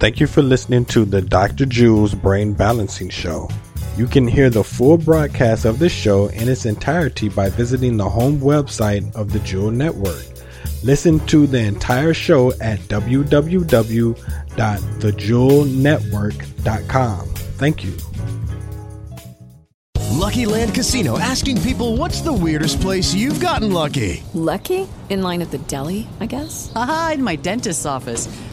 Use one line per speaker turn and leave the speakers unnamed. Thank you for listening to the Dr. Jules Brain Balancing Show. You can hear the full broadcast of this show in its entirety by visiting the home website of the Jewel Network. Listen to the entire show at www.thejewelnetwork.com. Thank you.
Lucky Land Casino asking people what's the weirdest place you've gotten lucky?
Lucky? In line at the deli, I guess?
Aha, in my dentist's office.